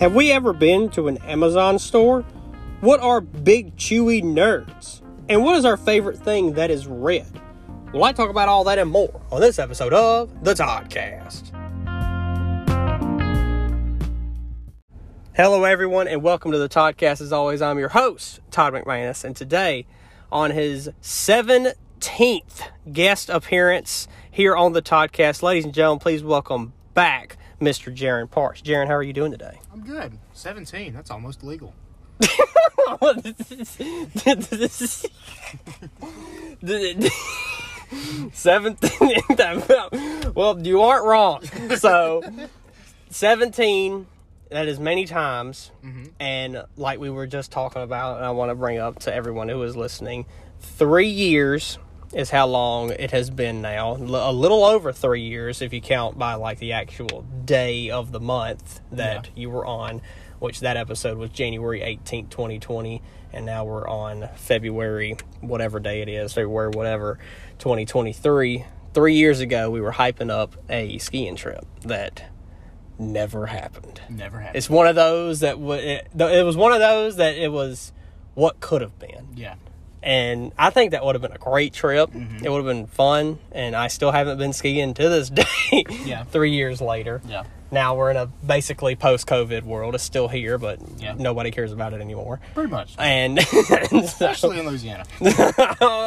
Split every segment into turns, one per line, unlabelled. Have we ever been to an Amazon store? What are big chewy nerds? And what is our favorite thing that is red? Well, I talk about all that and more on this episode of The Toddcast. Hello, everyone, and welcome to The Toddcast. As always, I'm your host, Todd McManus, and today on his 17th guest appearance here on The Toddcast, ladies and gentlemen, please welcome back Mr. Jaron Parks. Jaron, how are you doing today?
I'm good. 17. That's almost legal.
Seventeen. well, you aren't wrong. So, seventeen. That is many times, and like we were just talking about, and I want to bring up to everyone who is listening, three years is how long it has been now. L- a little over three years if you count by like the actual day of the month that you were on, which that episode was January 18th, 2020, and now we're on February, whatever day it is, February, whatever, 2023. Three years ago, we were hyping up a skiing trip that never happened.
Never happened.
It's one of those that w- it, it was one of those that it was what could have been
yeah.
and I think that would have been a great trip.
Mm-hmm.
It would have been fun, and I still haven't been skiing to this day.
Yeah.
three years later.
Yeah.
Now we're in a basically post-COVID world. It's still here, but
Yeah.
nobody cares about it anymore.
Pretty much.
And and so-
Especially in Louisiana.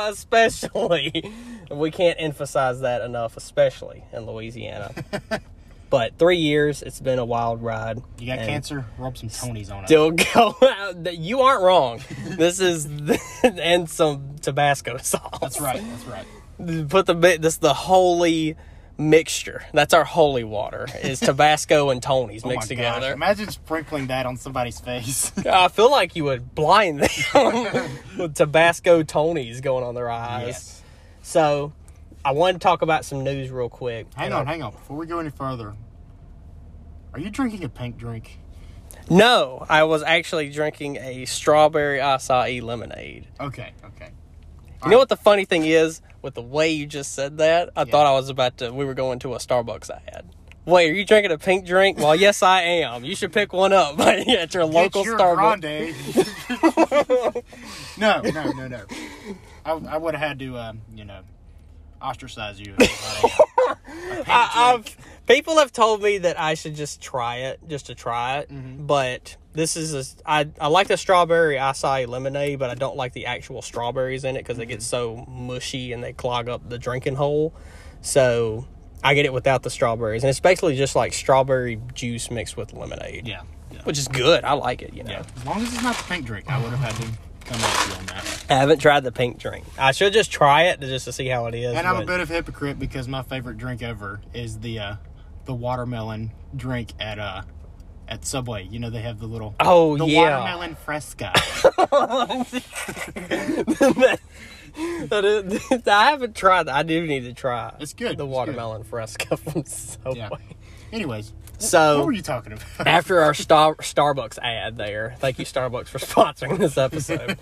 especially we can't emphasize that enough, especially in Louisiana. but three years, it's been a wild ride.
You got
and-
cancer? Rub some Tony's on it.
still go out. that- You aren't wrong. This is and some Tabasco sauce.
That's right. That's right. Oh
Put the bit. This the holy mixture. That's our holy water. Is Tabasco and Tony's
Oh my
mixed together.
Gosh. Imagine sprinkling that on somebody's face.
I feel like you would blind them with Tabasco Tony's going on their eyes.
yes.
So, I want to talk about some news real quick.
Hang
And
on,
I-
hang on. Before we go any further, are you drinking a pink drink?
No, I was actually drinking a strawberry acai lemonade.
Okay, okay.
You know what the funny thing is with the way you just said that? I thought I was about to. We were going to a Starbucks ad. Wait, are you drinking a pink drink? Well, yes, I am. You should pick one up at your local
Get your
Starbucks.
grande. no, no, no, no. I, I would have had to, um, you know, ostracize you. if I had a- a pink drink.
I've people have told me that I should just try it, just to try it.
Mm-hmm.
But this is a, I, I like the strawberry acai lemonade, but I don't like the actual strawberries in it because they get so
Mm-hmm.
mushy and they clog up the drinking hole. So I get it without the strawberries, and it's basically just like strawberry juice mixed with lemonade,
Yeah, yeah.
which is good. I like it. You know,
Yeah. As long as it's not the pink drink, I would have had to come up to you on that.
I haven't tried the pink drink. I should just try it to- just to see how it is.
And I'm a
but-
bit of a hypocrite because my favorite drink ever is the uh, the watermelon drink at uh at Subway. You know they have the little
Oh,
the
yeah.
watermelon fresca.
that is, I haven't tried that. I do need to try.
It's good,
The
it's
watermelon fresco from Subway.
yeah. Anyways, what
So
were you talking about?
after our Star- Starbucks ad there, thank you Starbucks for sponsoring this episode.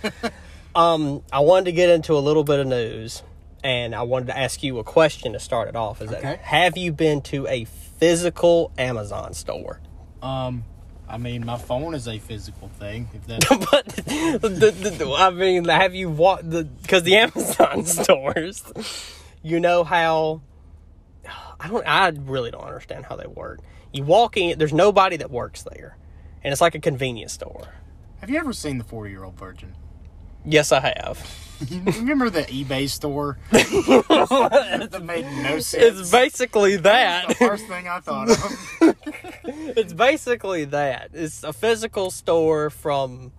um, I wanted to get into a little bit of news, and I wanted to ask you a question to start it off. Is
Okay.
that have you been to a physical Amazon store?
Um, I mean my phone is a physical thing. If that
but the, the, the- I mean, have you walked the because the Amazon stores, you know how I don't. I really don't understand how they work. You walk in, there's nobody that works there, and it's like a convenience store.
have you ever seen the forty year old virgin?
Yes, I have.
You remember the eBay store? that made no sense.
It's basically that.
the first thing I thought of.
It's basically that. It's a physical store from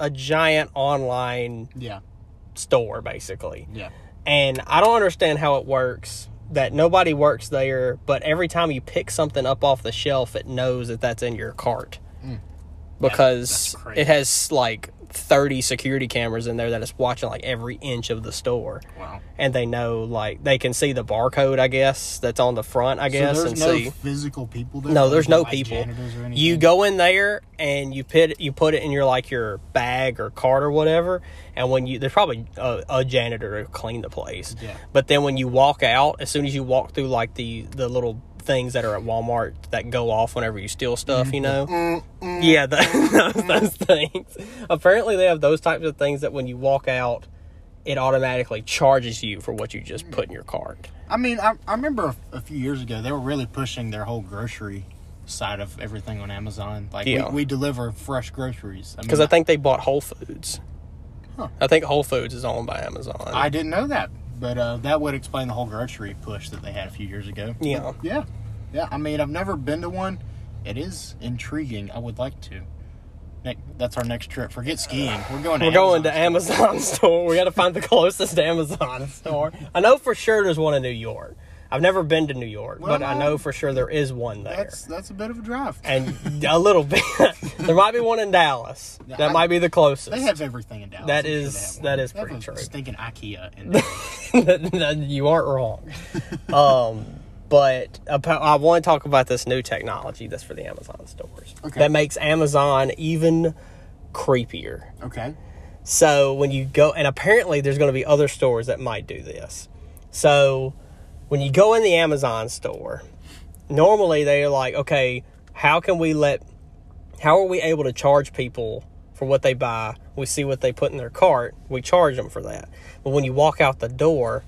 a giant online
Yeah.
store, basically.
Yeah.
and I don't understand how it works that nobody works there, but every time you pick something up off the shelf, it knows that that's in your cart because
Mm. crazy.
it has like 30 security cameras in there that is watching like every inch of the store.
Wow.
And they know like they can see the barcode, I guess, that's on the front, I guess,
so
and
there's no
see.
physical people there.
No, there's no
Like
people.
janitors or
You
anything?
go in there and you put you put it in your like your bag or cart or whatever, and when you there's probably a, a janitor to clean the place.
Yeah.
But then when you walk out, as soon as you walk through like the the little things that are at Walmart that go off whenever you steal stuff, you know?
Mm-hmm.
Yeah, the, those, those things. Apparently, they have those types of things that when you walk out, it automatically charges you for what you just put in your cart.
I mean, I, I remember a, a few years ago they were really pushing their whole grocery side of everything on Amazon. Like
Yeah.
we, we deliver fresh groceries.
Because
mean,
I think they bought Whole Foods.
Huh.
I think Whole Foods is owned by Amazon.
I didn't know that, but uh, that would explain the whole grocery push that they had a few years ago.
yeah.
Yeah, yeah. I mean, I've never been to one. It is intriguing. I would like to. Ne- that's our next trip. Forget skiing. We're going. To
We're going to
Amazon.
Amazon store. We got to find the closest Amazon store. I know for sure there's one in New York. I've never been to New York, but I
Well,
know for sure there is one there.
That's that's a bit of a drive.
And a little bit. there might be one in Dallas.
Yeah,
That
I-
might be the closest.
They have everything in Dallas.
That
I'm sure they
is- that
have one.
is
They have
pretty
a
true.
Stinking IKEA. In Dallas.
you aren't wrong. Um, but ap- I want to talk about this new technology that's for the Amazon stores
Okay.
that makes Amazon even creepier.
okay.
So when you go, and apparently there's going to be other stores that might do this. So when you go in the Amazon store, normally they're like, okay, how can we let, how are we able to charge people for what they buy? We see what they put in their cart, we charge them for that. But when you walk out the door,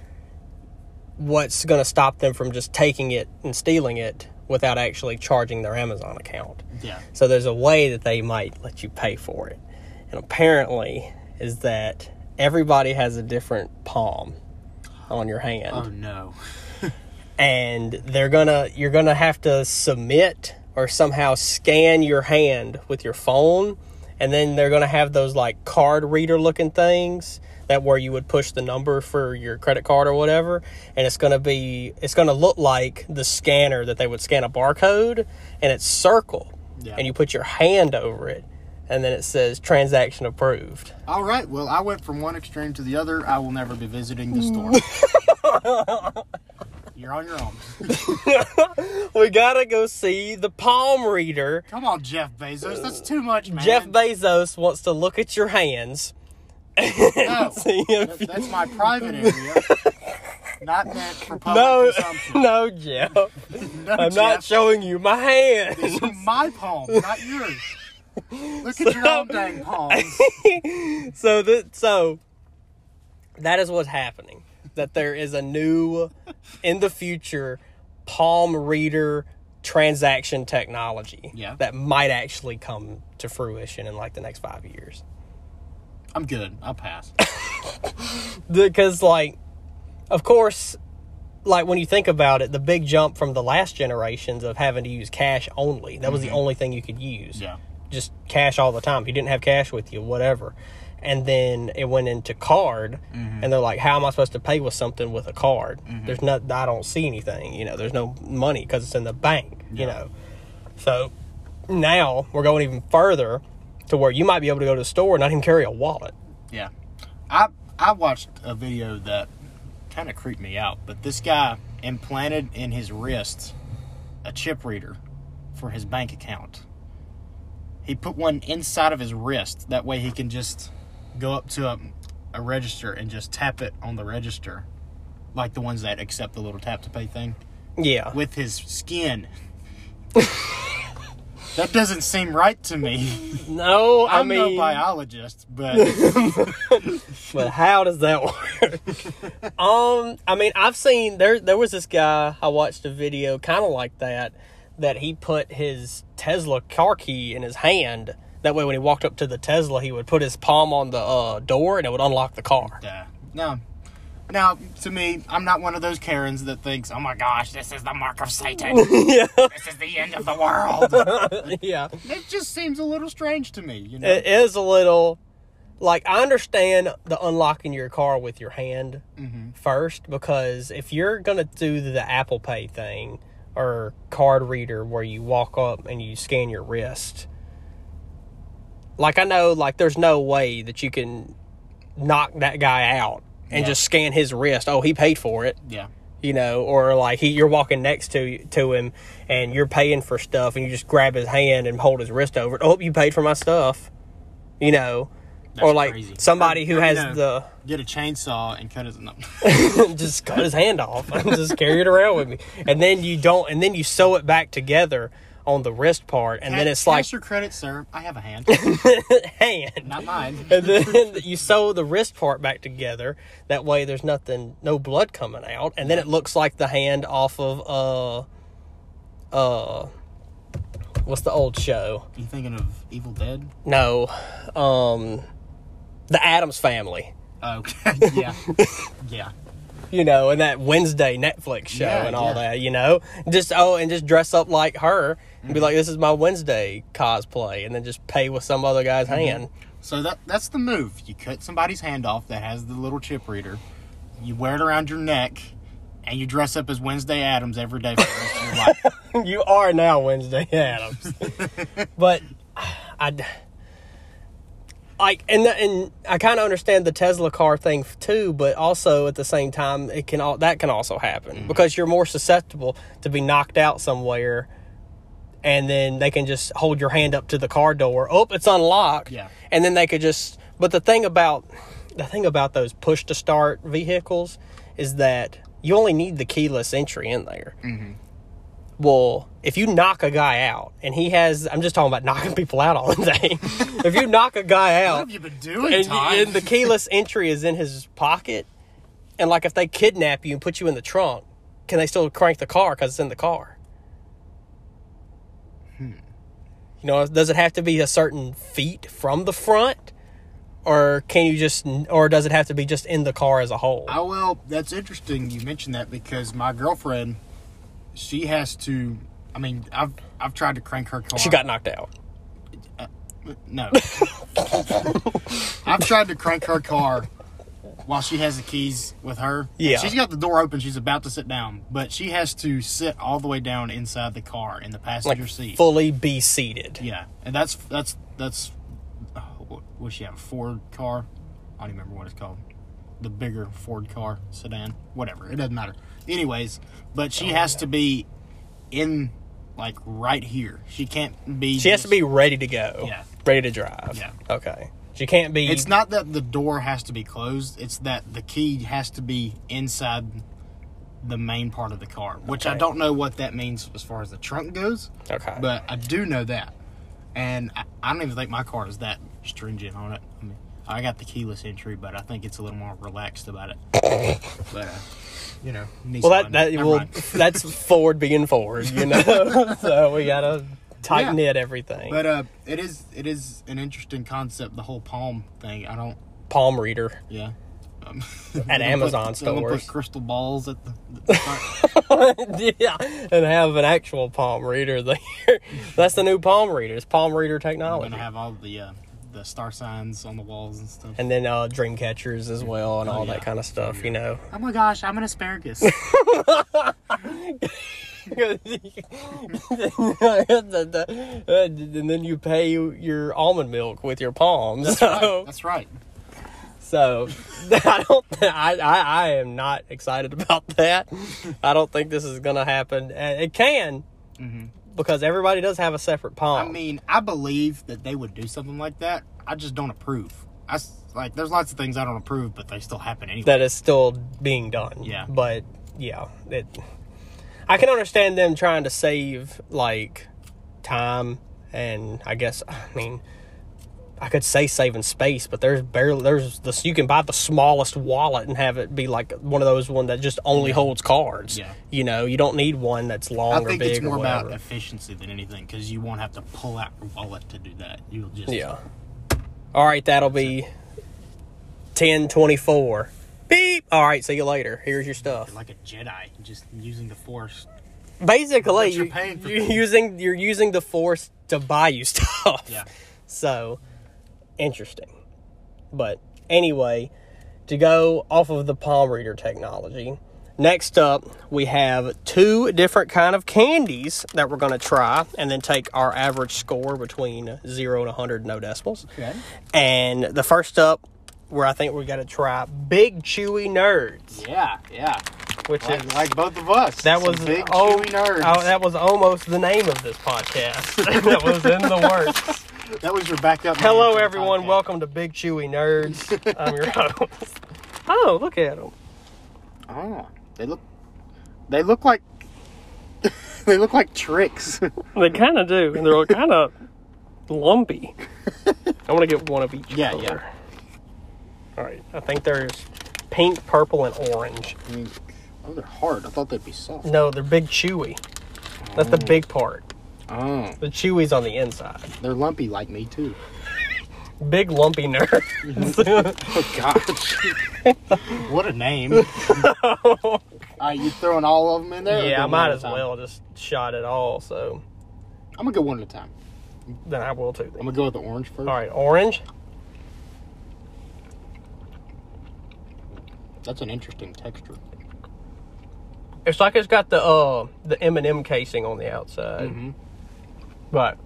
what's going to stop them from just taking it and stealing it without actually charging their Amazon account?
Yeah.
So there's a way that they might let you pay for it. And apparently is that everybody has a different palm on your hand.
Oh no.
And they're gonna you're gonna have to submit or somehow scan your hand with your phone and then they're gonna have those like card reader looking things that where you would push the number for your credit card or whatever and it's gonna be it's gonna look like the scanner that they would scan a barcode and it's circle
Yeah.
and you put your hand over it and then it says transaction approved
All right. Well, I went from one extreme to the other. I will never be visiting the store. You're on your own.
we gotta go see the palm reader
Come on, Jeff Bezos. That's too much, man.
jeff bezos wants to look at your hands
No.
see if
That- That's my private area. Not meant for public
no
consumption.
no jeff
No,
i'm not
Jeff.
showing you my hand
This is my palm, not yours. Look at your own dang palms.
so that so that is what's happening that there is a new in the future palm reader transaction technology
Yeah.
that might actually come to fruition in like the next five years
I'm good. I'll pass.
because like of course like when you think about it the big jump from the last generations of having to use cash only that was the only thing you could use
Mm-hmm. Yeah.
just cash all the time. If you didn't have cash with you, whatever. And then it went into card,
Mm-hmm.
and they're like, "How am I supposed to pay with something with a card? There's not, I don't see anything. You know, there's no money because it's in the bank. You know, so now we're going even further to where you might be able to go to the store and not even carry a wallet.
Yeah. I I watched a video that kind of creeped me out, but this guy implanted in his wrist a chip reader for his bank account. He put one inside of his wrist that way he can just go up to a, a register and just tap it on the register. Like the ones that accept the little tap to pay thing
Yeah,
with his skin. that doesn't seem right to me.
no, I
I'm
mean,
no biologist, but
but how does that work? um, I mean, I've seen there. There was this guy I watched a video kind of like that. That he put his Tesla car key in his hand. That way, when he walked up to the Tesla, he would put his palm on the uh, door and it would unlock the car.
uh, no. Now, to me, I'm not one of those Karens that thinks, "Oh my gosh, this is the mark of Satan. This is the end of the world."
yeah,
it just seems a little strange to me, you know.
it is a little. Like I understand the unlocking your car with your hand first because if you're gonna do the Apple Pay thing or card reader where you walk up and you scan your wrist, like I know like there's no way that you can knock that guy out and
Yeah.
just scan his wrist. Oh, he paid for it
yeah.
you know, or like he, you're walking next to to him and you're paying for stuff, and you just grab his hand and hold his wrist over. it. Oh, you paid for my stuff, you know.
That's
or like
crazy.
somebody who
Or,
has
you know,
the
get a chainsaw and cut his. No.
just cut his hand off and just carry it around with me. And then you don't, and then you sew it back together on the wrist part, and then it's like
Cash your credit, sir. I have a hand,
hand.
not mine.
And then you sew the wrist part back together. That way, there's nothing, no blood coming out, and then it looks like the hand off of uh, uh, what's the old show?
You thinking of Evil Dead?
No, um, the Adams Family.
Okay, Oh, yeah, yeah.
you know, and that Wednesday Netflix show
Yeah,
and all
yeah.
that, you know, just oh, and just dress up like her
Mm-hmm.
and be like, "This is my Wednesday cosplay," and then just pay with some other guy's
Mm-hmm.
hand.
So that that's the move. You cut somebody's hand off that has the little chip reader. You wear it around your neck, and you dress up as Wednesday Adams every day for the rest of your life.
you are now Wednesday Adams, but I like and the, and I kind of understand the Tesla car thing f- too, but also at the same time, it can all that can also happen because you're more susceptible to be knocked out somewhere. And then they can just hold your hand up to the car door. Oh, it's unlocked.
Yeah.
And then they could just. But the thing about the thing about those push to start vehicles is that you only need the keyless entry in there. Well, if you knock a guy out and he has, I'm just talking about knocking people out all day. if you knock a guy
What
out
have you been doing,
and,
Todd?
and the keyless entry is in his pocket, and like if they kidnap you and put you in the trunk, can they still crank the car because it's in the car? You know, does it have to be a certain feet from the front, or can you just, or does it have to be just in the car as a whole?
Oh well, that's interesting. You mentioned that because my girlfriend, she has to. I mean, I've I've tried to crank her car.
She got knocked out.
no. I've tried to crank her car while she has the keys with her.
Yeah.
she's got the door open. She's about to sit down, but she has to sit all the way down inside the car in the passenger seat.
Fully be seated.
Yeah, and that's that's that's. Uh, what she have? A Ford car? I don't even remember what it's called. The bigger Ford car sedan, whatever. It doesn't matter. Anyways, but she
Oh,
has to be in like right here. She can't be.
She has to
just-
be ready to go.
Yeah.
Ready to drive.
Yeah.
Okay. She can't be.
It's not that the door has to be closed. It's that the key has to be inside the main part of the car, which I
Okay.
don't know what that means as far as the trunk goes.
Okay.
But I do know that. And I, I don't even think my car is that stringent on it. I mean, I got the keyless entry, but I think it's a little more relaxed about it. but, uh, you know,
well, that that well, that's forward being forward. You know. so we gotta tighten
Yeah.
it everything.
But uh, it is it is an interesting concept, the whole palm thing. I don't,
Palm reader.
yeah. Um,
At Amazon
put, they're gonna
stores.
put crystal balls at the, the front.
yeah, and have an actual palm reader there. that's the new palm reader. It's palm reader
I'm
technology.
gonna have all the uh, the star signs on the walls and stuff.
and then uh, dream catchers as well, and all that kind of stuff. You know.
oh my gosh, I'm an asparagus.
and then you pay your almond milk with your palms. so,
That's right.
so I don't. I, I I am not excited about that. I don't think this is gonna happen. And It can, because everybody does have a separate palm.
I mean, I believe that they would do something like that. I just don't approve. I s- like there's lots of things I don't approve, but they still happen anyway.
that is still being done.
Yeah.
But yeah, it. I can understand them trying to save like time, and I guess I mean, I could say saving space, but there's barely there's this. You can buy the smallest wallet and have it be like one of those one that just only holds cards.
Yeah.
You know, you don't need one that's long
I
or
think
big
it's more
or
about
whatever.
efficiency than anything because you won't have to pull out your wallet to do that. You'll just
yeah. All right, that'll be ten twenty four. Beep. All right, see you later. Here's your stuff.
like a Jedi, just using the Force.
basically
you're
you-
paying for
you're
things.
using you're using the force to buy you stuff
Yeah.
so interesting but anyway to go off of the palm reader technology next up we have two different kind of candies that we're going to try and then take our average score between 0 and 100 no decimals
Okay.
and the first up where i think we got to try big chewy nerds
Yeah, yeah.
which is
Like, like both of us.
that
Some
was
big
oh,
chewy nerds.
oh, that was almost the name of this podcast. that was in the works.
That was your backup. man
Hello,
for the
everyone.
podcast.
Welcome to Big Chewy Nerds. I'm your host. Oh, look at them.
Oh, they look. They look like. they look like tricks.
They kind of do, and they're kind of lumpy. I want to get one of each.
Yeah,
color.
yeah.
All right. I think there's pink, purple, and orange.
I mean, oh, they're hard. I thought they'd be soft.
No, they're Big Chewy. That's the big part.
Oh,
The Chewy's on the inside.
they're lumpy like me too.
Big lumpy nerds.
Oh gosh. what a name. All right, you throwing all of them in there? or
yeah, I
going one
might
at a
as
time?
well just shot it all. So
I'm gonna go one at a time.
then I will too.
I'm gonna go with the orange first.
All right, orange.
That's an interesting texture.
It's like it's got the uh the M and m casing on the outside,
Mhm.
but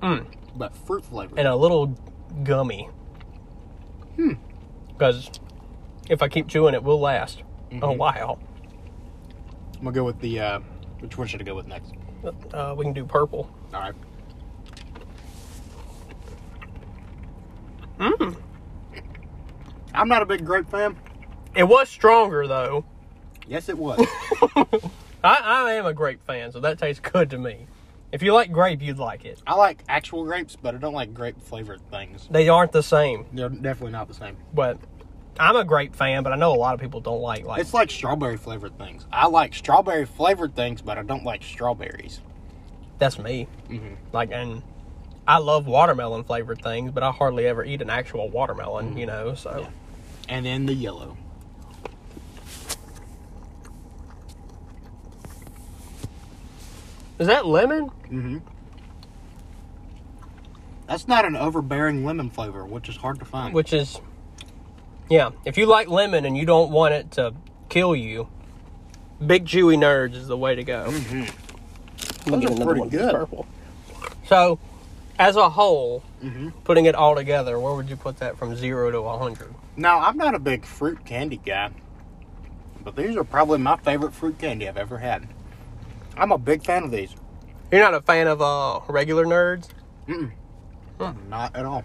But fruit flavor.
and a little gummy. Because if I keep chewing, it will last a while.
I'm gonna go with the. Uh, which one should I go with next?
Uh, we can do purple.
All right.
Mm.
Mmm. I'm not a big grape fan.
It was stronger though.
Yes, it was.
I, I am a grape fan, so that tastes good to me. If you like grape, you'd like it.
I like actual grapes, but I don't like grape flavored things.
They aren't the same,
They're definitely not the same.
but I'm a grape fan. But I know a lot of people don't like like.
It's like strawberry flavored things. I like strawberry flavored things, but I don't like strawberries.
that's me. Like, and I love watermelon flavored things, but I hardly ever eat an actual watermelon, you know. So
And then the yellow.
is that lemon?
Mm-hmm. That's not an overbearing lemon flavor, which is hard to find.
Which is, yeah. If you like lemon and you don't want it to kill you, Big Chewy Nerds is the way to go. Let me
Those
get
are
another one
pretty
of these
good.
Purple. So, as a whole, putting it all together, where would you put that from zero to a hundred?
Now, I'm not a big fruit candy guy, but these are probably my favorite fruit candy I've ever had. I'm a big fan of these.
You're not a fan of uh, regular nerds.
Not at all.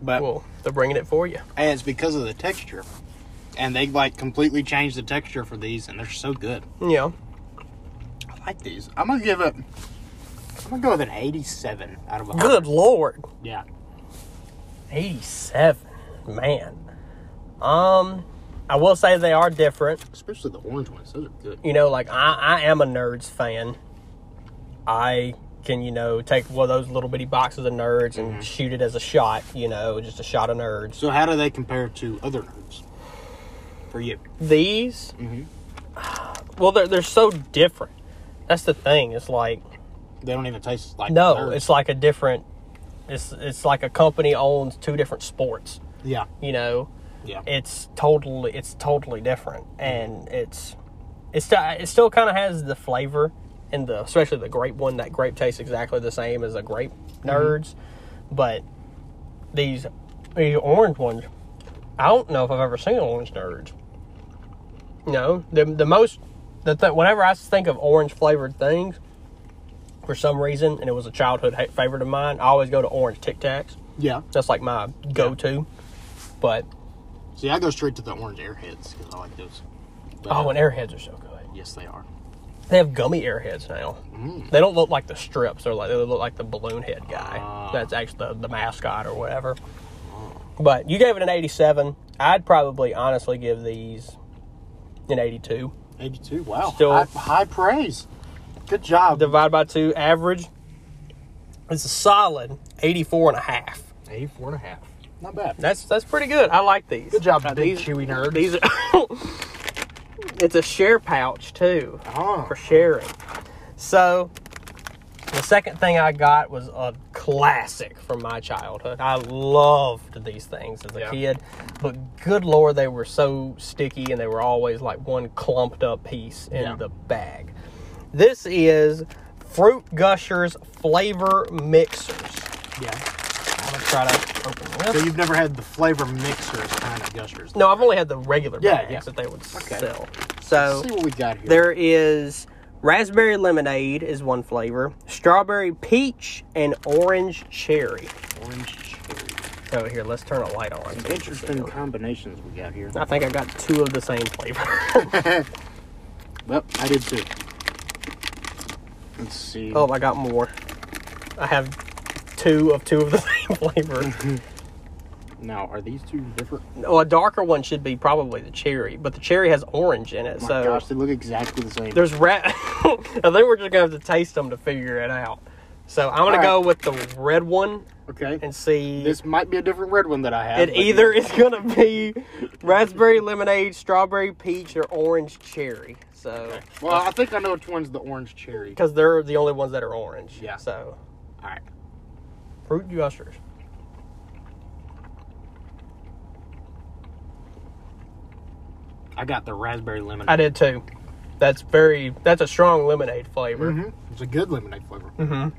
But
Well, they're bringing it for you.
and it's because of the texture. And they like completely changed the texture for these, and they're so good.
Yeah.
I like these. I'm gonna give it. I'm gonna go with an 87 out of 100.
Good lord.
Yeah.
87 man um i will say they are different
Especially the orange ones. Those are good.
you know like i i am a nerds fan i can you know take one of those little bitty boxes of nerds and shoot it as a shot you know just a shot of nerds
So how do they compare to other nerds? For you.
these well they're, they're so different that's the thing it's like
They don't even taste like
no
nerds.
it's like a different it's it's like a company owns two different sports
yeah,
you know
yeah.
it's totally it's totally different and it's it's sti- it still kind of has the flavor and the especially the grape one that grape tastes exactly the same as a grape nerds but these these orange ones i don't know if i've ever seen orange nerds no the, the most the th- whenever i think of orange flavored things for some reason and it was a childhood ha- favorite of mine i always go to orange tic tacs
yeah.
that's like my go-to but
See, I go straight to the orange airheads because I like those. But,
Oh, and airheads are so good.
yes, they are.
They have gummy airheads now. They don't look like the strips. They're like they look like the balloon head guy.
Ah.
That's actually the, the mascot or whatever. But you gave it an 87. I'd probably honestly give these an 82.
82. Wow.
Still-
high, high praise. Good job.
Divide by two, average. It's a solid 84 and a half.
84 and a half. Not bad.
That's that's pretty good. I like these.
Good job,
Uh,
big
these-
chewy nerd.
These are. it's a share pouch too.
Oh.
for sharing. So, the second thing I got was a classic from my childhood. I loved these things as a
Yeah.
kid, but good lord, they were so sticky and they were always like one clumped up piece in
Yeah.
the bag. This is Fruit Gushers Flavor Mixers.
Yeah.
I'm gonna try to open
So
this.
you've never had the flavor mixers kind of gushers.
No, I've only had the regular
Yeah,
bags
yeah.
that they would
Okay.
sell.
Let's
So
see what we got here.
there is Raspberry lemonade is one flavor. Strawberry peach and orange cherry.
Orange cherry.
So here, let's turn a light on. so we can see
Interesting
them.
combinations we got here.
I think I got two of the same flavor.
Well, I did too. Let's see.
oh, I got more. I have two of two of the same flavor.
Now, are these two different? Oh
Well, a darker one should be probably the cherry, but the cherry has orange in it,
Oh my
so
gosh, they look exactly the same.
there's rat. I think we're just gonna have to taste them to figure it out. So I'm gonna
Alright.
go with the red one
Okay.
and see.
This might be a different red one that I have.
it
but-
either is gonna be raspberry lemonade, strawberry peach, or orange cherry. So
Well, I think I know which one's the orange cherry.
because they're the only ones that are orange.
Yeah.
So
All right.
fruit gushers.
I got the raspberry lemonade.
I did too. That's very. That's a strong lemonade flavor.
Mhm. It's a good lemonade flavor.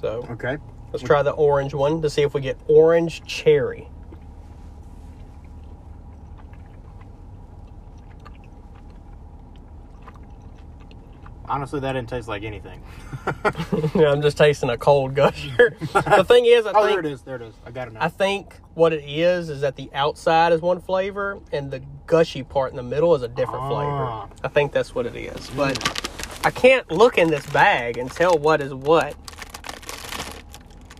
So
Okay.
Let's try the orange one to see if we get orange cherry.
Honestly, that didn't taste like anything.
Yeah, I'm just tasting a cold gusher. the thing is, I
Oh, there
think
it is. There it is. I got it now.
I think what it is is that the outside is one flavor and the gushy part in the middle is a different
Ah.
flavor. I think that's what it is. But I can't look in this bag and tell what is what.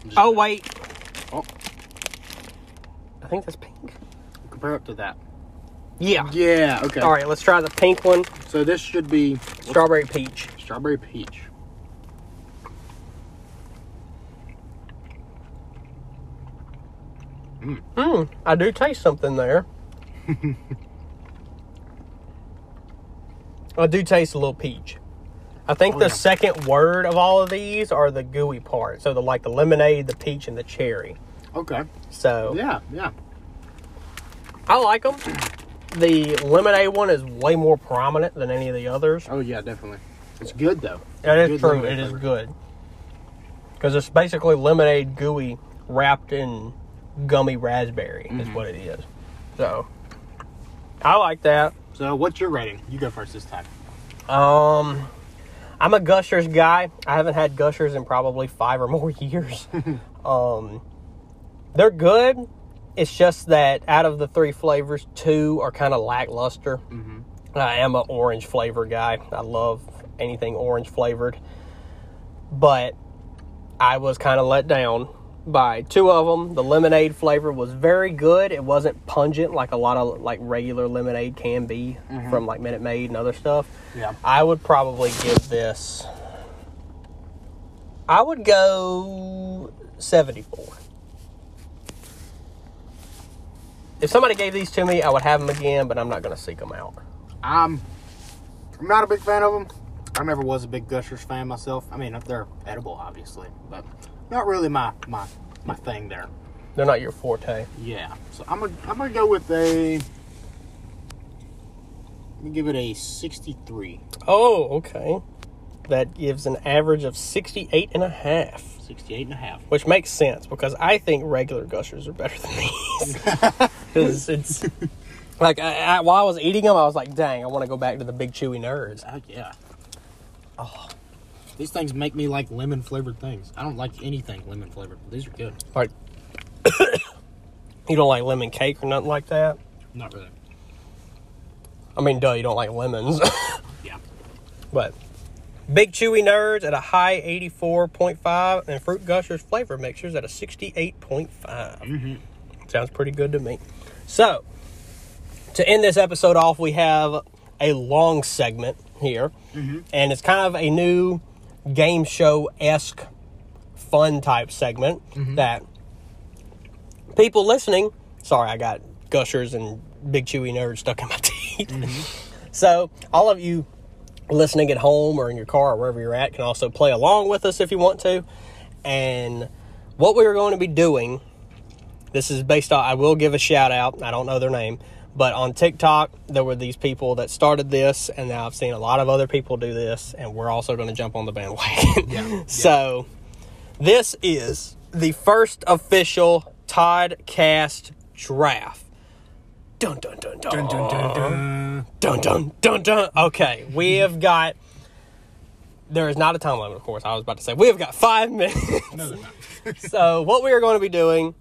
Just-
Oh wait.
Oh.
I think that's pink.
Compare it to that.
Yeah.
Yeah. Okay.
All right, let's try the pink one,
So this should be
strawberry peach.
strawberry peach.
Hmm, I do taste something there. I do taste a little peach. I think
Oh,
the
yeah.
second word of all of these are the gooey part. So the like the lemonade, the peach, and the cherry.
Okay.
So
Yeah. Yeah.
I like them. The lemonade one is way more prominent than any of the others.
Oh yeah, definitely. It's good though.
That
Good
is true.
lemonade
It is
flavor.
good because it's basically lemonade gooey wrapped in gummy raspberry is
Mm-hmm.
what it is. So I like that.
So what's your rating? You go first this time.
Um, I'm a gushers guy. I haven't had gushers in probably five or more years. um, they're good. It's just that out of the three flavors, two are kind of lackluster. I am an orange flavor guy. I love anything orange flavored, but I was kind of let down by two of them. The lemonade flavor was very good. It wasn't pungent like a lot of like regular lemonade can be from like Minute Maid and other stuff.
Yeah.
I would probably give this. I would go 74. If somebody gave these to me, I would have them again, but I'm not going to seek them out.
I'm I'm not a big fan of them. I never was a big Gushers fan myself. I mean, they're edible, obviously, but not really my my my thing there.
They're not your forte.
Yeah. So I'm gonna I'm gonna go with a. I'm gonna give it a 63,
Oh, okay. That gives an average of 68 and a half,
68 and a half.
which makes sense because I think regular gushers are better than these. 'Cause it's like I, I, while I was eating them, I was like, dang, I want to go back to the big chewy nerds.
Oh yeah. Oh, These things make me like lemon flavored things. I don't like anything lemon flavored. These are good.
Like, you don't like lemon cake or nothing like that?
Not really.
I mean, duh, you don't like lemons.
Yeah.
but Big Chewy Nerds at a high 84.5 and Fruit Gushers flavor mixers at a 68.5. Sounds pretty good to me. So, to end this episode off, we have a long segment here, and it's kind of a new game show esque fun type segment that people listening. Sorry, I got gushers and big chewy nerds stuck in my teeth. so, all of you listening at home or in your car or wherever you're at can also play along with us if you want to. And what we're going to be doing, this is based on, I will give a shout out, I don't know their name, but on TikTok, there were these people that started this, and now I've seen a lot of other people do this, and we're also going to jump on the bandwagon.
Yeah.
So, this is the first official Todd Cast draft. Dun dun dun dun
Dun, dun, dun, dun.
dun dun dun dun. Okay, we have got. There is not a time limit, of course. I was about to say we have got five minutes.
No, they're not.
so what we are going to be doing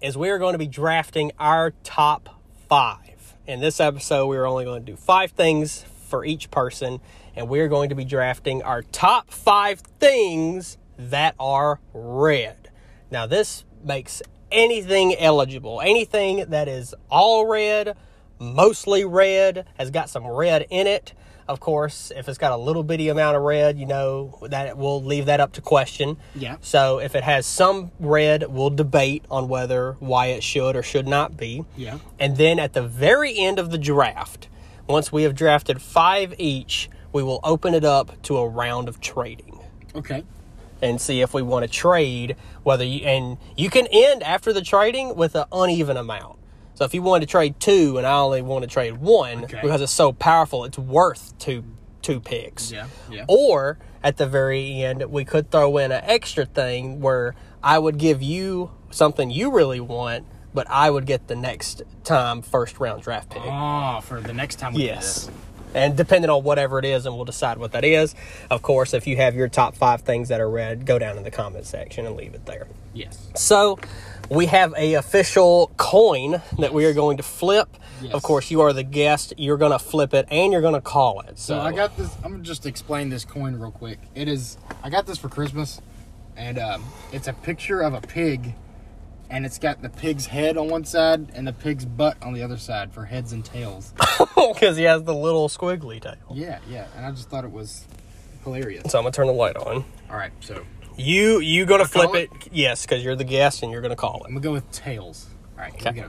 is we are going to be drafting our top five. In this episode, we are only going to do five things for each person, and we are going to be drafting our top five things that are red. Now, this makes anything eligible, anything that is all red, mostly red, has got some red in it. Of course, if it's got a little bitty amount of red, you know that we'll leave that up to question.
Yeah.
So if it has some red, we'll debate on whether why it should or should not be.
Yeah.
And then at the very end of the draft, once we have drafted five each, we will open it up to a round of trading
Okay.
and see if we want to trade whether you and you can end after the trading with an uneven amount. So if you wanted to trade two and I only want to trade one
Okay.
because it's so powerful, it's worth two two picks.
Yeah, yeah.
Or at the very end, we could throw in an extra thing where I would give you something you really want, but I would get the next time first round draft pick.
Oh, for the next time we
Yes. And depending on whatever it is, and we'll decide what that is. Of course, if you have your top five things that are red, go down in the comment section and leave it there.
do this. Yes.
So we have a official coin that we are going to flip.
Yes.
Of course, you are the guest. You're going to flip it and you're going to call it. So,
So I got this. I'm gonna just explain this coin real quick. It is. I got this for Christmas, and um, it's a picture of a pig, and it's got the pig's head on one side and the pig's butt on the other side for heads and tails.
because he has the little squiggly tail.
yeah, yeah. And I just thought it was hilarious.
So I'm gonna turn the light on.
All right, so
You you gonna flip
call
it? Yes, because you're the guest and you're gonna call
I'm
it
gonna go with tails. All right, here we
Okay.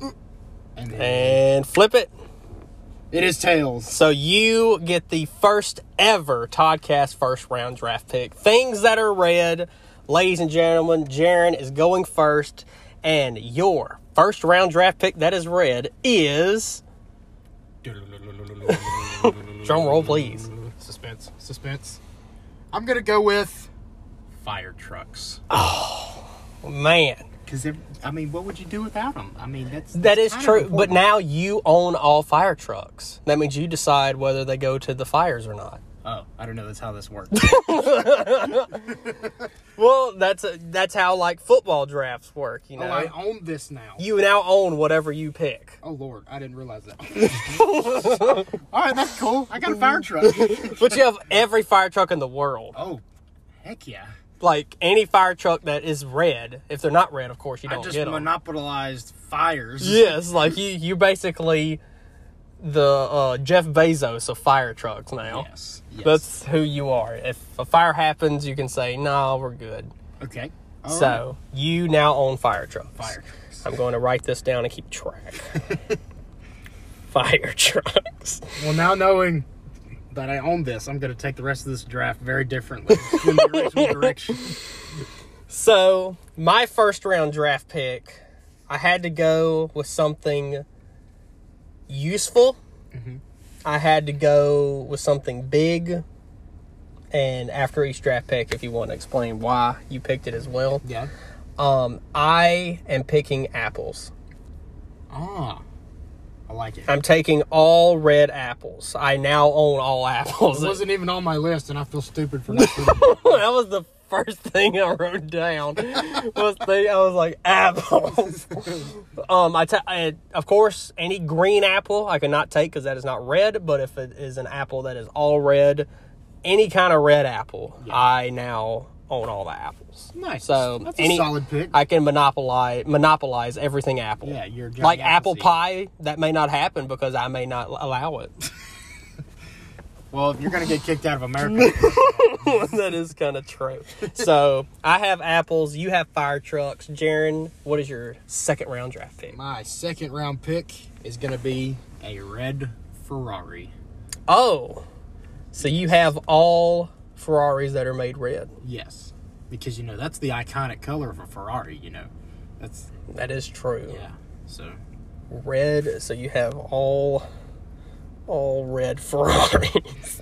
go. And then-
and flip it.
it is tails.
So you get the first ever Toddcast first round draft pick. Things that are red, ladies and gentlemen. Jaron is going first, and your first round draft pick that is red is drum roll, please.
Suspense. Suspense. I'm gonna go with fire trucks.
Man,
Because I mean, what would you do without them? I mean, that's
that is
kind of
true. But
important.
now you own all fire trucks. That means you decide whether they go to the fires or not.
oh, I don't know. That's how this works.
Well, that's a, that's how like football drafts work. You
oh,
know,
I own this now.
you now own whatever you pick.
oh Lord, I didn't realize that. All right, that's cool. I got a fire truck.
But you have every fire truck in the world.
oh, heck yeah!
Like any fire truck that is red, if they're not red, of course you
I
don't
just
Oh, get them.
monopolized fires.
yes, like you, you basically the uh, Jeff Bezos of fire trucks now.
Yes. yes.
That's who you are. If a fire happens, you can say, "No, we're good."
okay.
so you now own fire trucks.
Fire trucks.
I'm going to write this down and keep track. fire trucks.
Well, now knowing that I own this, I'm going to take the rest of this draft very differently in the original direction.
So, my first round draft pick, I had to go with something useful. I had to go with something big. And after each draft pick, if you want to explain why you picked it as well,
Yeah.
um, I am picking apples.
Ah, I like it.
I'm taking all red apples. I now own all apples.
It wasn't even on my list, and I feel stupid for not. putting it
that was the first thing I wrote down. was the, I was like apples. um, I ta- I- of course any green apple I cannot take because that is not red. But if it is an apple that is all red, any kind of red apple, I now own all the apples.
Nice.
So
That's a
any-
solid pick.
I can monopolize monopolize everything apple.
Yeah, you're Johnny
like apple
Appleseed.
pie. That may not happen because I may not allow it.
well, if you're gonna get kicked out of America,
that is kind of true. So I have apples. You have fire trucks. Jaron, what is your second round draft pick?
my second round pick is gonna be a red Ferrari.
Oh, so you have all Ferraris that are made red.
Yes, because you know that's the iconic color of a Ferrari. You know, that's
That is true.
yeah. So
Red. So you have all all red Ferraris.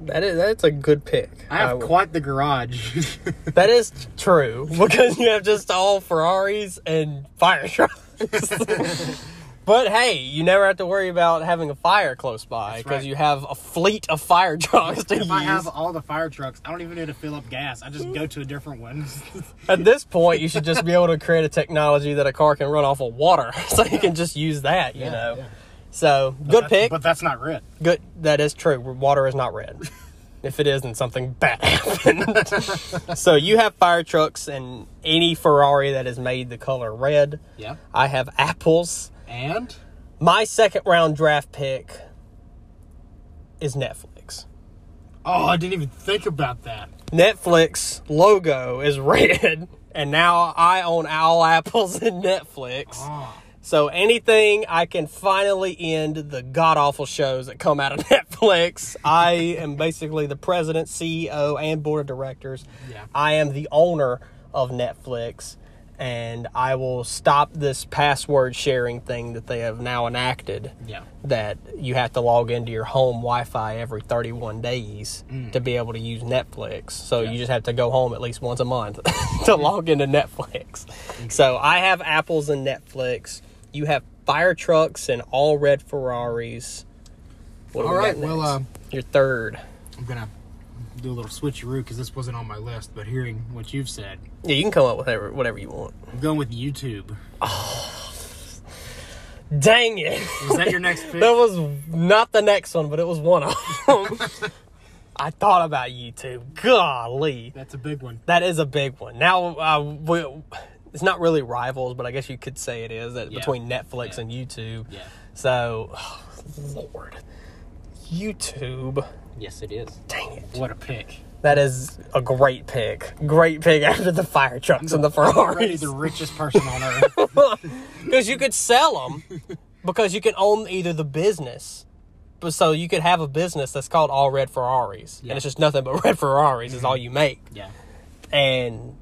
that is that's a good pick.
I have
would-
quite the garage.
that is true because you have just all Ferraris and fire trucks. But hey, you never have to worry about having a fire close by
That's
because
right.
you have a fleet of fire trucks to
If
use.
I have all the fire trucks, I don't even need to fill up gas. I just go to a different one.
At this point, you should just be able to create a technology that a car can run off of water, so you can just use that. You
Yeah,
know.
yeah.
So good pick.
But that's not red.
Good. That is true. Water is not red. if it is, then something bad happened. so you have fire trucks and any Ferrari that is made the color red.
Yeah.
I have apples.
And
My second round draft pick is Netflix.
oh, I didn't even think about that.
Netflix logo is red, and now I own all apples in Netflix.
Ah.
So anything I can finally end the god awful shows that come out of Netflix. I am basically the president, CEO, and board of directors.
Yeah.
I am the owner of Netflix, and I will stop this password sharing thing that they have now enacted
Yeah.
that you have to log into your home Wi-Fi every 31 days
Mm.
to be able to use Netflix. So you just have to go home at least once a month to
Mm-hmm.
log into Netflix. So I have apples and Netflix. You have fire trucks and all red Ferraris. What do
All
we got
right, well,
next?
um,
your third.
I'm gonna do a little switcheroo because this wasn't on my list, but hearing what you've said,
Yeah, you can come up with whatever, whatever you want.
I'm going with YouTube.
Dang it!
Was that your next pick?
that was not the next one, but it was one of them. I thought about YouTube. Golly.
That's a big one.
That is a big one. Now, uh, we, it's not really rivals, but I guess you could say it is that
Yeah.
between Netflix
Yeah.
and YouTube.
Yeah.
So, Lord, YouTube.
Yes, it is.
Dang it.
What a pick.
That is a great pick. Great pick after the fire trucks and the
Already
Ferraris.
the richest person on earth.
Because you could sell them because you can own either the business. But so you could have a business that's called All Red Ferraris.
Yeah. Mm-hmm.
And it's just nothing but red Ferraris is all you make.
yeah.
and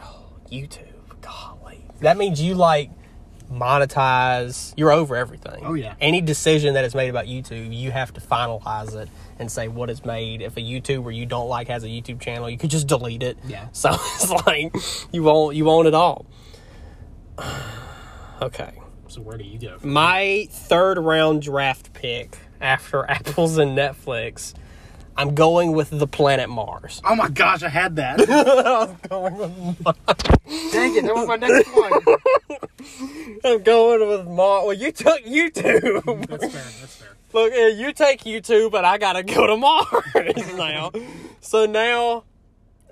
oh, YouTube. Golly, that means you like monetize. You're over everything.
Oh, yeah.
Any decision that is made about YouTube, you have to finalize it and say what is made. If a YouTuber you don't like has a YouTube channel, you could just delete it.
Yeah.
So it's like you own you own it all. Okay.
So where do you go?
My third round draft pick after Apple's and Netflix, I'm going with the planet Mars.
Oh my gosh, I had that. Dang it, that was my next one.
I'm going with Mars. Well, you took YouTube.
That's fair. That's fair.
Look, uh, you take YouTube, but I gotta go to Mars now. so now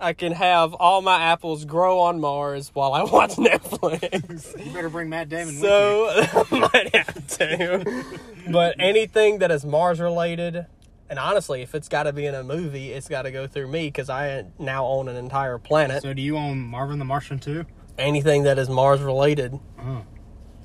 I can have all my apples grow on Mars while I watch Netflix.
You better bring Matt Damon. with
so I might have to. But anything that is Mars related, and honestly, if it's got to be in a movie, it's got to go through me because I now own an entire
you.
planet.
So do you own Marvin the Martian too?
anything that is Mars related.
Oh.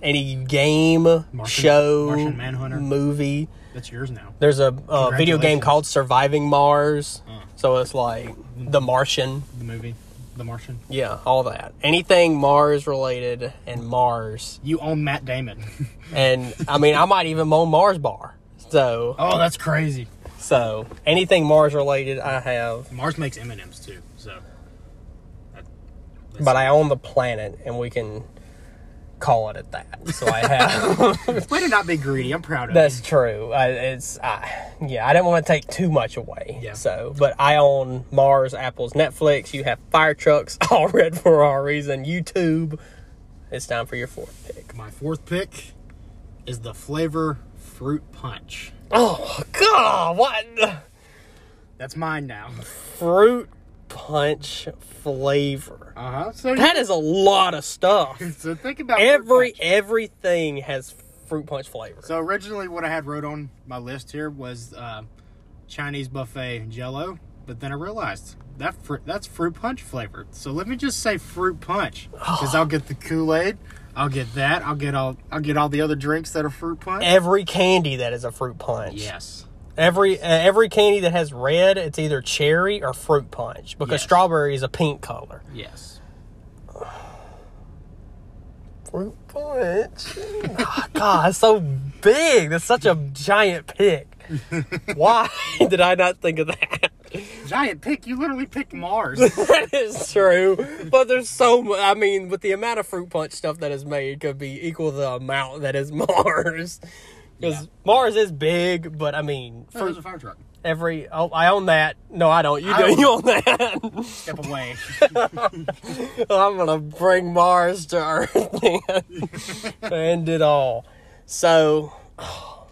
Any game, show,
Martian Manhunter.
movie.
That's yours now.
There's a uh, video game
Congratulations.
called Surviving Mars. So it's like The Martian.
The movie, The Martian.
Yeah, all that. Anything Mars related and Mars.
You own Matt Damon.
And I mean, I might even own Mars Bar. So,
oh, that's crazy.
so anything Mars related, I have.
Mars makes M and M's too. So. That- that's-
But I own the planet, and we can call it at that. So I have.
Way to not be greedy. I'm proud of
That's true. I, it's I, yeah. I didn't want to take too much away.
Yeah.
So, but I own Mars, Apple's, Netflix. You have fire trucks, all red Ferraris, and YouTube. It's time for your fourth pick.
you. My fourth pick is the flavor fruit punch.
Oh God! What
That's mine now.
fruit punch flavor?
Uh huh. So,
That is a lot of stuff.
so think about fruit
Every
punch.
everything has fruit punch flavor.
So originally, what I had wrote on my list here was uh, Chinese buffet Jello, but then I realized that fr- that's fruit punch flavored. So let me just say fruit punch, because I'll get the Kool Aid, I'll get that, I'll get all, I'll get all the other drinks that are fruit punch.
Every candy that is a fruit punch.
yes,
Every uh, every candy that has red, it's either cherry or fruit punch because
Yes.
strawberry is a pink color.
yes.
Fruit punch. oh, God, it's so big. That's such a giant pick. Why did I not think of that?
Giant pick. You literally picked Mars.
that is true. But there's so much. I mean, with the amount of fruit punch stuff that is made, could be equal to the amount that is Mars. Because
Yeah.
Mars is big, but I mean,
There's
fruit,
a fire truck.
every oh, I own that. No, I don't. You
I
do. You own that.
Step away.
I'm gonna bring Mars to Earth man. and it all. So, oh,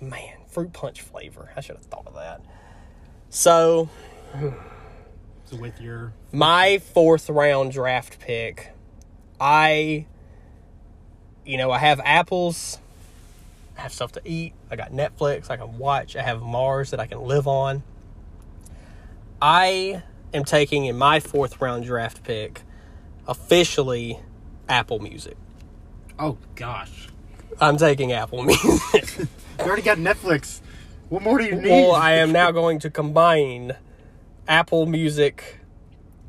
man, fruit punch flavor. I should have thought of that. So,
so with your
my fourth round draft pick, I, you know, I have apples, I have stuff to eat, I got Netflix, I can watch, I have Mars that I can live on. I am taking in my fourth round draft pick officially Apple Music.
oh gosh,
I'm taking Apple Music.
you already got Netflix. What more do you need?
well, I am now going to combine Apple Music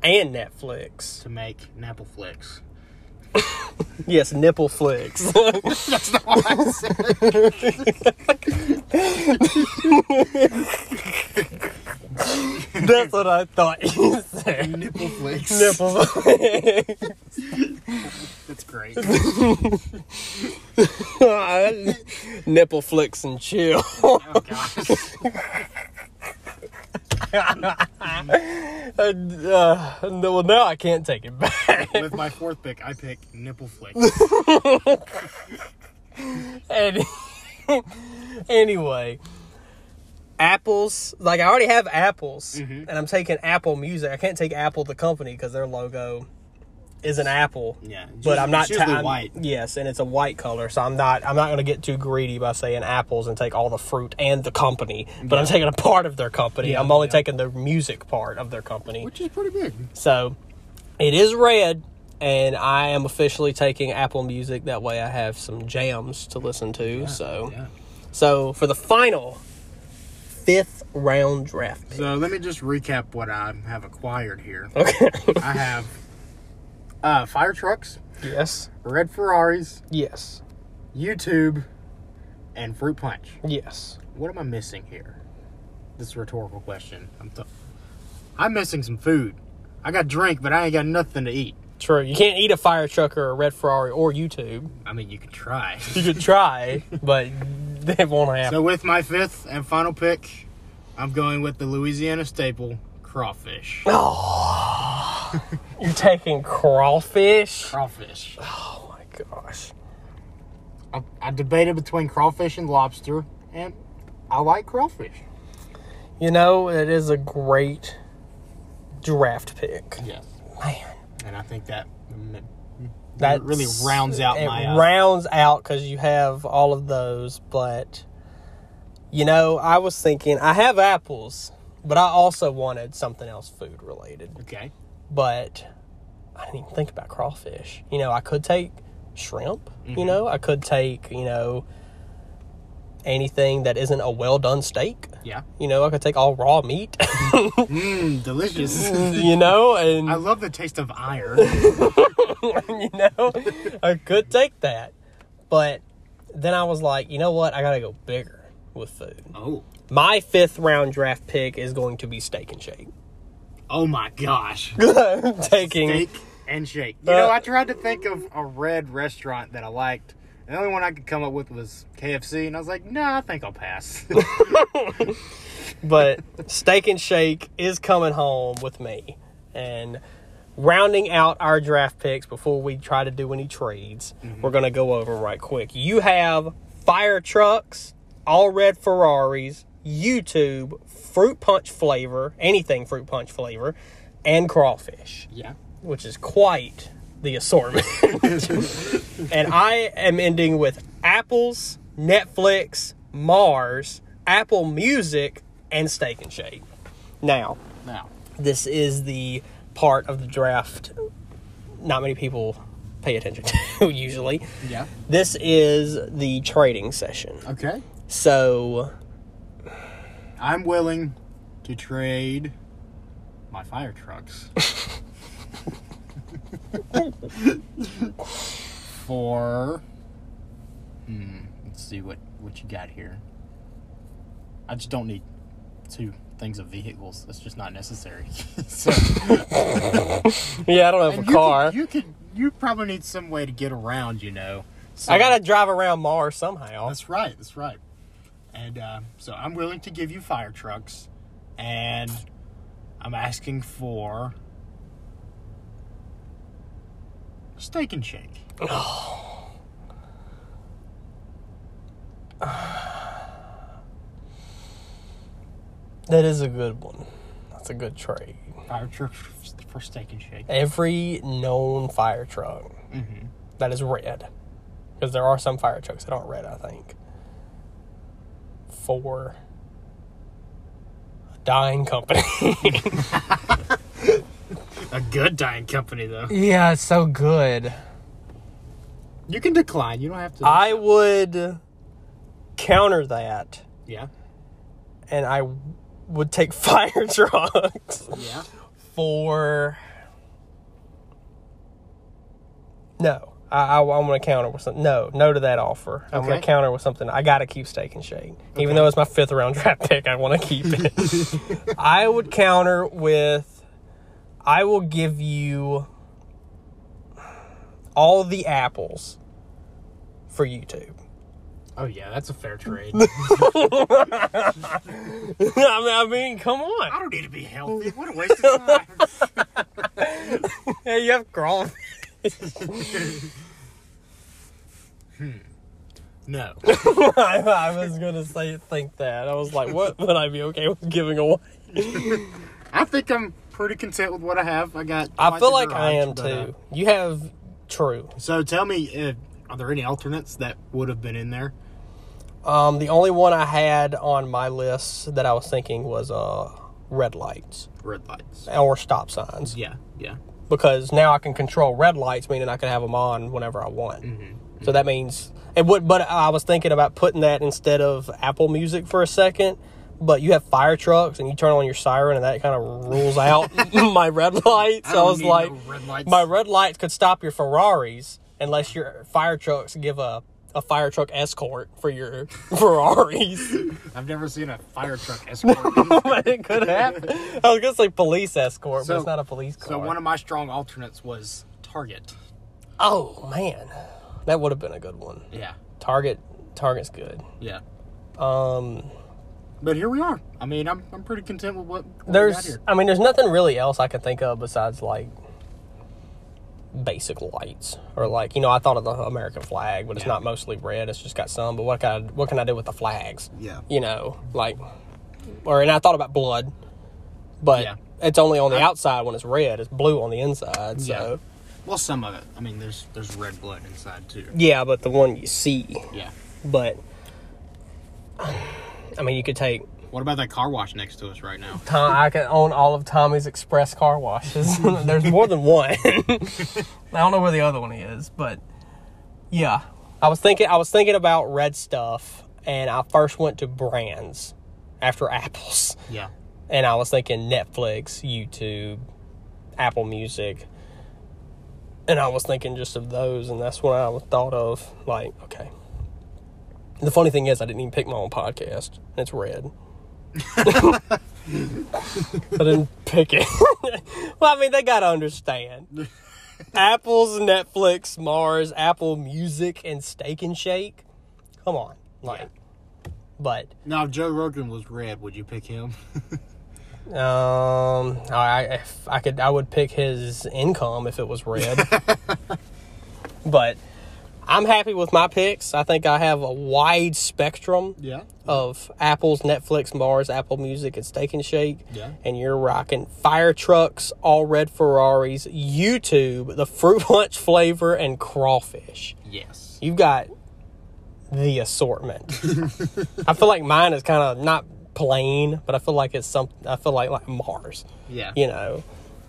and Netflix.
to make Nappleflix.
Yes, nipple flicks.
That's not what I said.
That's what I thought you said.
Nippleflix.
Nipple.
That's great. Oh,
Nipple flicks and chill.
Oh gosh.
uh, no, well, now I can't take it back.
With my fourth pick, I pick Nippleflix.
And anyway, apples. Like I already have apples,
Mm-hmm.
and I'm taking Apple Music. I can't take Apple the company because their logo is an apple.
Yeah, it's
but I'm
usually-
not.
it's usually
I'm-
white.
Yes, and it's a white color, so I'm not. I'm not going to get too greedy by saying apples and take all the fruit and the company. But I'm taking a part of their company. I'm only taking the music part of their company.
Which is pretty big.
So it is red, and I am officially taking Apple Music. That way, I have some jams to listen to. so,
Yeah.
so for the final fifth round draft pick.
So let me just recap what I have acquired here.
Okay.
I have uh, fire trucks,
yes.
red Ferraris,
Yes.
YouTube, and fruit punch.
Yes.
What am I missing here? This is a rhetorical question. I'm th- I'm missing some food. I got drink, but I ain't got nothing to eat.
True. You can't eat a fire truck or a red Ferrari or YouTube.
I mean, you could try.
You could try, but that won't happen.
so with my fifth and final pick, I'm going with the Louisiana staple, crawfish.
You're taking crawfish.
Crawfish.
Oh my gosh.
I, I debated between crawfish and lobster, and I like crawfish.
You know it is a great draft pick.
Yes.
Man.
And I think that mm, m-
That
that really rounds out
it
my. uh,
rounds out because you have all of those, but you know, I was thinking I have apples, but I also wanted something else food related.
okay.
But I didn't even think about crawfish. You know, I could take shrimp.
Mm-hmm.
You know, I could take you know anything that isn't a well done steak.
Yeah.
You know, I could take all raw meat.
Mmm, delicious.
you know, and
I love the taste of iron.
you know, I could take that. But then I was like, you know what? I got to go bigger with food.
oh.
My fifth round draft pick is going to be Steak and Shake.
Oh my gosh.
Taking.
Steak and shake. Uh, You know, I tried to think of a red restaurant that I liked. and The only one I could come up with was KFC, and I was like, nah, I think I'll pass.
But Steak and Shake is coming home with me. And rounding out our draft picks before we try to do any trades, we're going to go over right quick. You have fire trucks, all red Ferraris, YouTube, fruit punch flavor, anything fruit punch flavor, and crawfish,
yeah.
which is quite the assortment. and I am ending with apples, Netflix, Mars, Apple Music, and Steak and Shake. Now,
Now,
this is the part of the draft not many people pay attention to usually.
yeah.
This is the trading session.
Okay.
So,
I'm willing to trade my fire trucks for. Hmm, let's see what what you got here. I just don't need two things of vehicles. That's just not necessary. so,
Yeah, I don't have
and
a car.
You could, you could you probably need some way to get around. You know. So,
I gotta drive around Mars somehow.
That's right. That's right. And uh, so I'm willing to give you fire trucks, and I'm asking for steak and shake.
That is a good one. That's a good trade.
Fire trucks f- for steak and shake.
Every known fire truck
Mm-hmm.
that is red, because there are some fire trucks that aren't red. I think for a dying company.
A good dying company though.
yeah, it's so good.
You can decline. You don't have to.
I would counter that,
yeah.
and I would take fire trucks.
Yeah.
for no i, I, am gonna counter with something no no to that offer i'm gonna
Okay.
counter with something i gotta keep steak and shake even though it's my fifth round draft pick i want to keep it i would counter with i will give you all the apples for youtube
Oh yeah, that's a fair trade.
I mean- I mean come on
I don't need to be healthy. What a waste of time.
Yeah, you have grown
no.
I, I was gonna say think that. I was like, what would I be okay with giving away?
I think I'm pretty content with what I have. I got.
I
quite
feel
the
like I
garage,
am
but, uh,
too. You have true.
so tell me, if, are there any alternates that would have been in there?
Um, the only one I had on my list that I was thinking was uh red lights
Red lights.
or stop signs
Yeah. Yeah.
because now I can control red lights, meaning I can have them on whenever I want.
Mm-hmm.
So that means it would. But I was thinking about putting that instead of Apple Music for a second. But you have fire trucks, and you turn on your siren, and that kind of rules out my red lights. So I,
don't
was
need
like,
no red lights.
my red lights could stop your Ferraris unless your fire trucks give a a fire truck escort for your Ferraris.
I've never seen a fire truck escort.
but it could happen. I was gonna say police escort, but
So-
it's not a police car.
so one of my strong alternates was Target.
Oh man, that would have been a good one.
Yeah.
Target, Target's good.
Yeah.
Um,
But here we are. I mean, I'm, I'm pretty content with what what we got
there's,
here.
I mean, there's nothing really else I can think of besides like basic lights or like you know I thought of the American flag, but it's
Yeah.
not mostly red. It's just got some. But what can I, what can I do with the flags?
Yeah.
You know, like, or and I thought about blood, but
Yeah.
it's only on the outside when it's red. It's blue on the inside.
Yeah.
So
Well, some of it. I mean, there's there's red blood inside too.
yeah, but the one you see,
Yeah.
but I mean, you could take
What about that car wash next to us right now?
Tom, I can own all of Tommy's Express car washes. There's more than one. I don't know where the other one is, but yeah, I was thinking. I was thinking about red stuff, and I first went to brands after apples,
Yeah.
and I was thinking Netflix, YouTube, Apple Music, and I was thinking just of those, and that's what I was thought of. Like, okay. The funny thing is, I didn't even pick my own podcast. and It's red. I didn't pick it. well, I mean, they gotta understand. Apple's Netflix, Mars, Apple Music, and Steak and Shake. Come on, like, but
Now, if Joe Rogan was red, would you pick him?
um, I if I could I would pick his income if it was red. but I'm happy with my picks. I think I have a wide spectrum.
Yeah.
of Apple's Netflix, Mars, Apple Music, and Steak and Shake.
Yeah.
And you're rocking fire trucks, all red Ferraris, YouTube, the fruit punch flavor, and crawfish.
Yes.
You've got the assortment. I feel like mine is kind of not plain, but I feel like it's something. I feel like like Mars,
Yeah.
you know,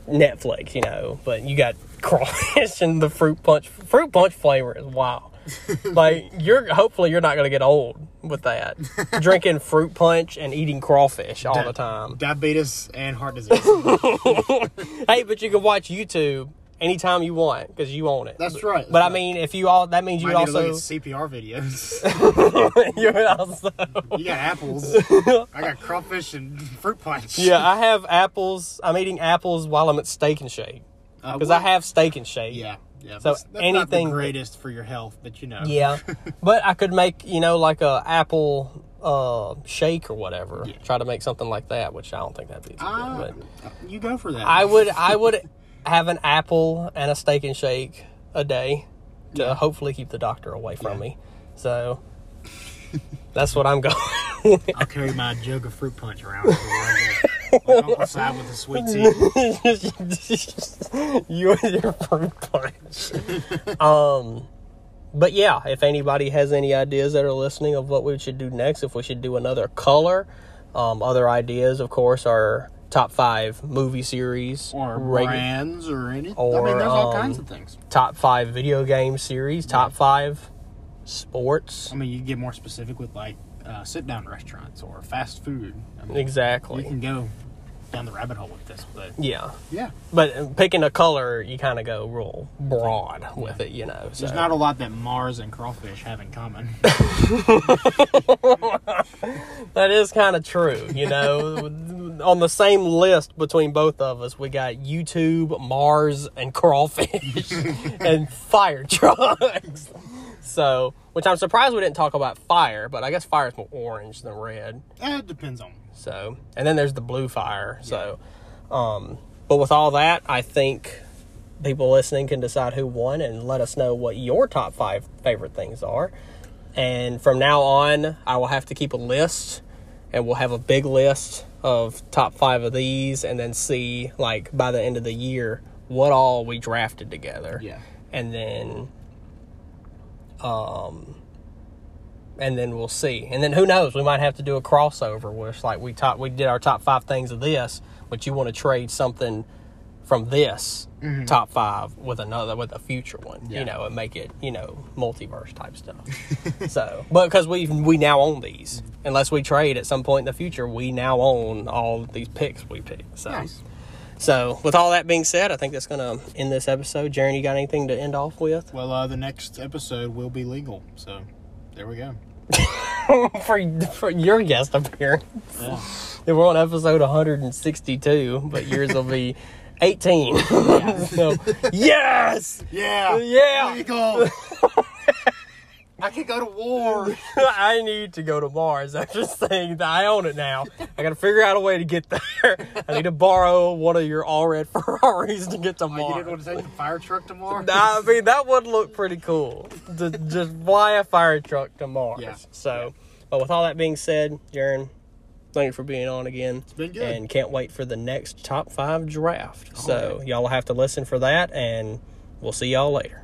Netflix, you know. But you got crawfish and the fruit punch. Fruit punch flavor is wild. like you're hopefully you're not gonna get old with that. Drinking fruit punch and eating crawfish all the time.
Diabetes and heart disease.
Hey, but you can watch YouTube anytime you want because you own it.
That's right.
But I mean, if you all that means you
I
would
need
also
to look at CPR videos.
you would also
you got apples. I got crawfish and fruit punch.
yeah. I have apples. I'm eating apples while I'm at Steak and Shake
Uh,
because
what-
I have Steak and Shake.
Yeah, yeah.
So
that's, that's not the
anything-
greatest for your health, but you know.
Yeah, but I could make you know like a apple uh shake or whatever. Try to make something like that, which I don't think that'd be. Too
Ah,
good, but
you go for that.
I would I would have an apple and a steak and shake a day to hopefully keep the doctor away from me. So that's what I'm going.
I'll carry my jug of fruit punch around. for when I go- like Uncle Si with the sweet tea.
you and your fruit punch. um, but yeah, if anybody has any ideas that are listening of what we should do next, if we should do another color, um, other ideas, of course, are top five movie series
Or
regu-
brands or anything. I
Or,
mean, there's all
um,
kinds of things.
top five video game series, top five sports.
I mean, you can get more specific with like uh, sit down restaurants or fast food. I mean, You
Exactly.
can go down the rabbit hole with this, but
Yeah.
yeah,
But picking a color, you kind of go real broad with it, you know. So.
there's not a lot that Mars and crawfish have in common.
That is kind of true, you know. On the same list between both of us, we got YouTube, Mars, and crawfish, and fire trucks. So, which I'm surprised we didn't talk about fire, but I guess fire is more orange than red.
Eh, it depends on.
So, and then there's the blue fire. So, um, but with all that, I think people listening can decide who won and let us know what your top five favorite things are. And from now on, I will have to keep a list and we'll have a big list of top five of these and then see, like, by the end of the year, what all we drafted together.
Yeah.
And then and then we'll see. And then who knows? We might have to do a crossover where it's like we top we did our top five things of this, but you want to trade something from this top five with another with a future one,
Mm-hmm. Yeah.
you know, and make it you know multiverse type stuff. so, but because we we now own these,
Mm-hmm.
unless we trade at some point in the future, we now own all these picks we picked. So.
Nice.
So, with all that being said, I think that's going to end this episode. Jaren, you got anything to end off with?
Well, uh, the next episode will be legal, so there we go.
for, for your guest appearance.
Yeah.
Yeah, We're on episode 162, but yours will be 18. so, yes!
Yeah.
Yeah.
Legal. I can go to war.
I need to go to Mars. I'm just saying that I own it now. I gotta figure out a way to get there. I need to borrow one of your all red Ferraris to get to
Oh, You didn't
Mars.
want to take the fire truck tomorrow?
Nah, I mean, that would look pretty cool. To just fly a fire truck to Mars.
Yeah.
So, but with all that being said, Jaren, thank you for being on again. It's
been good. Oh,
And can't wait for the next top five draft. so, y'all will have to listen for that, and we'll see y'all later.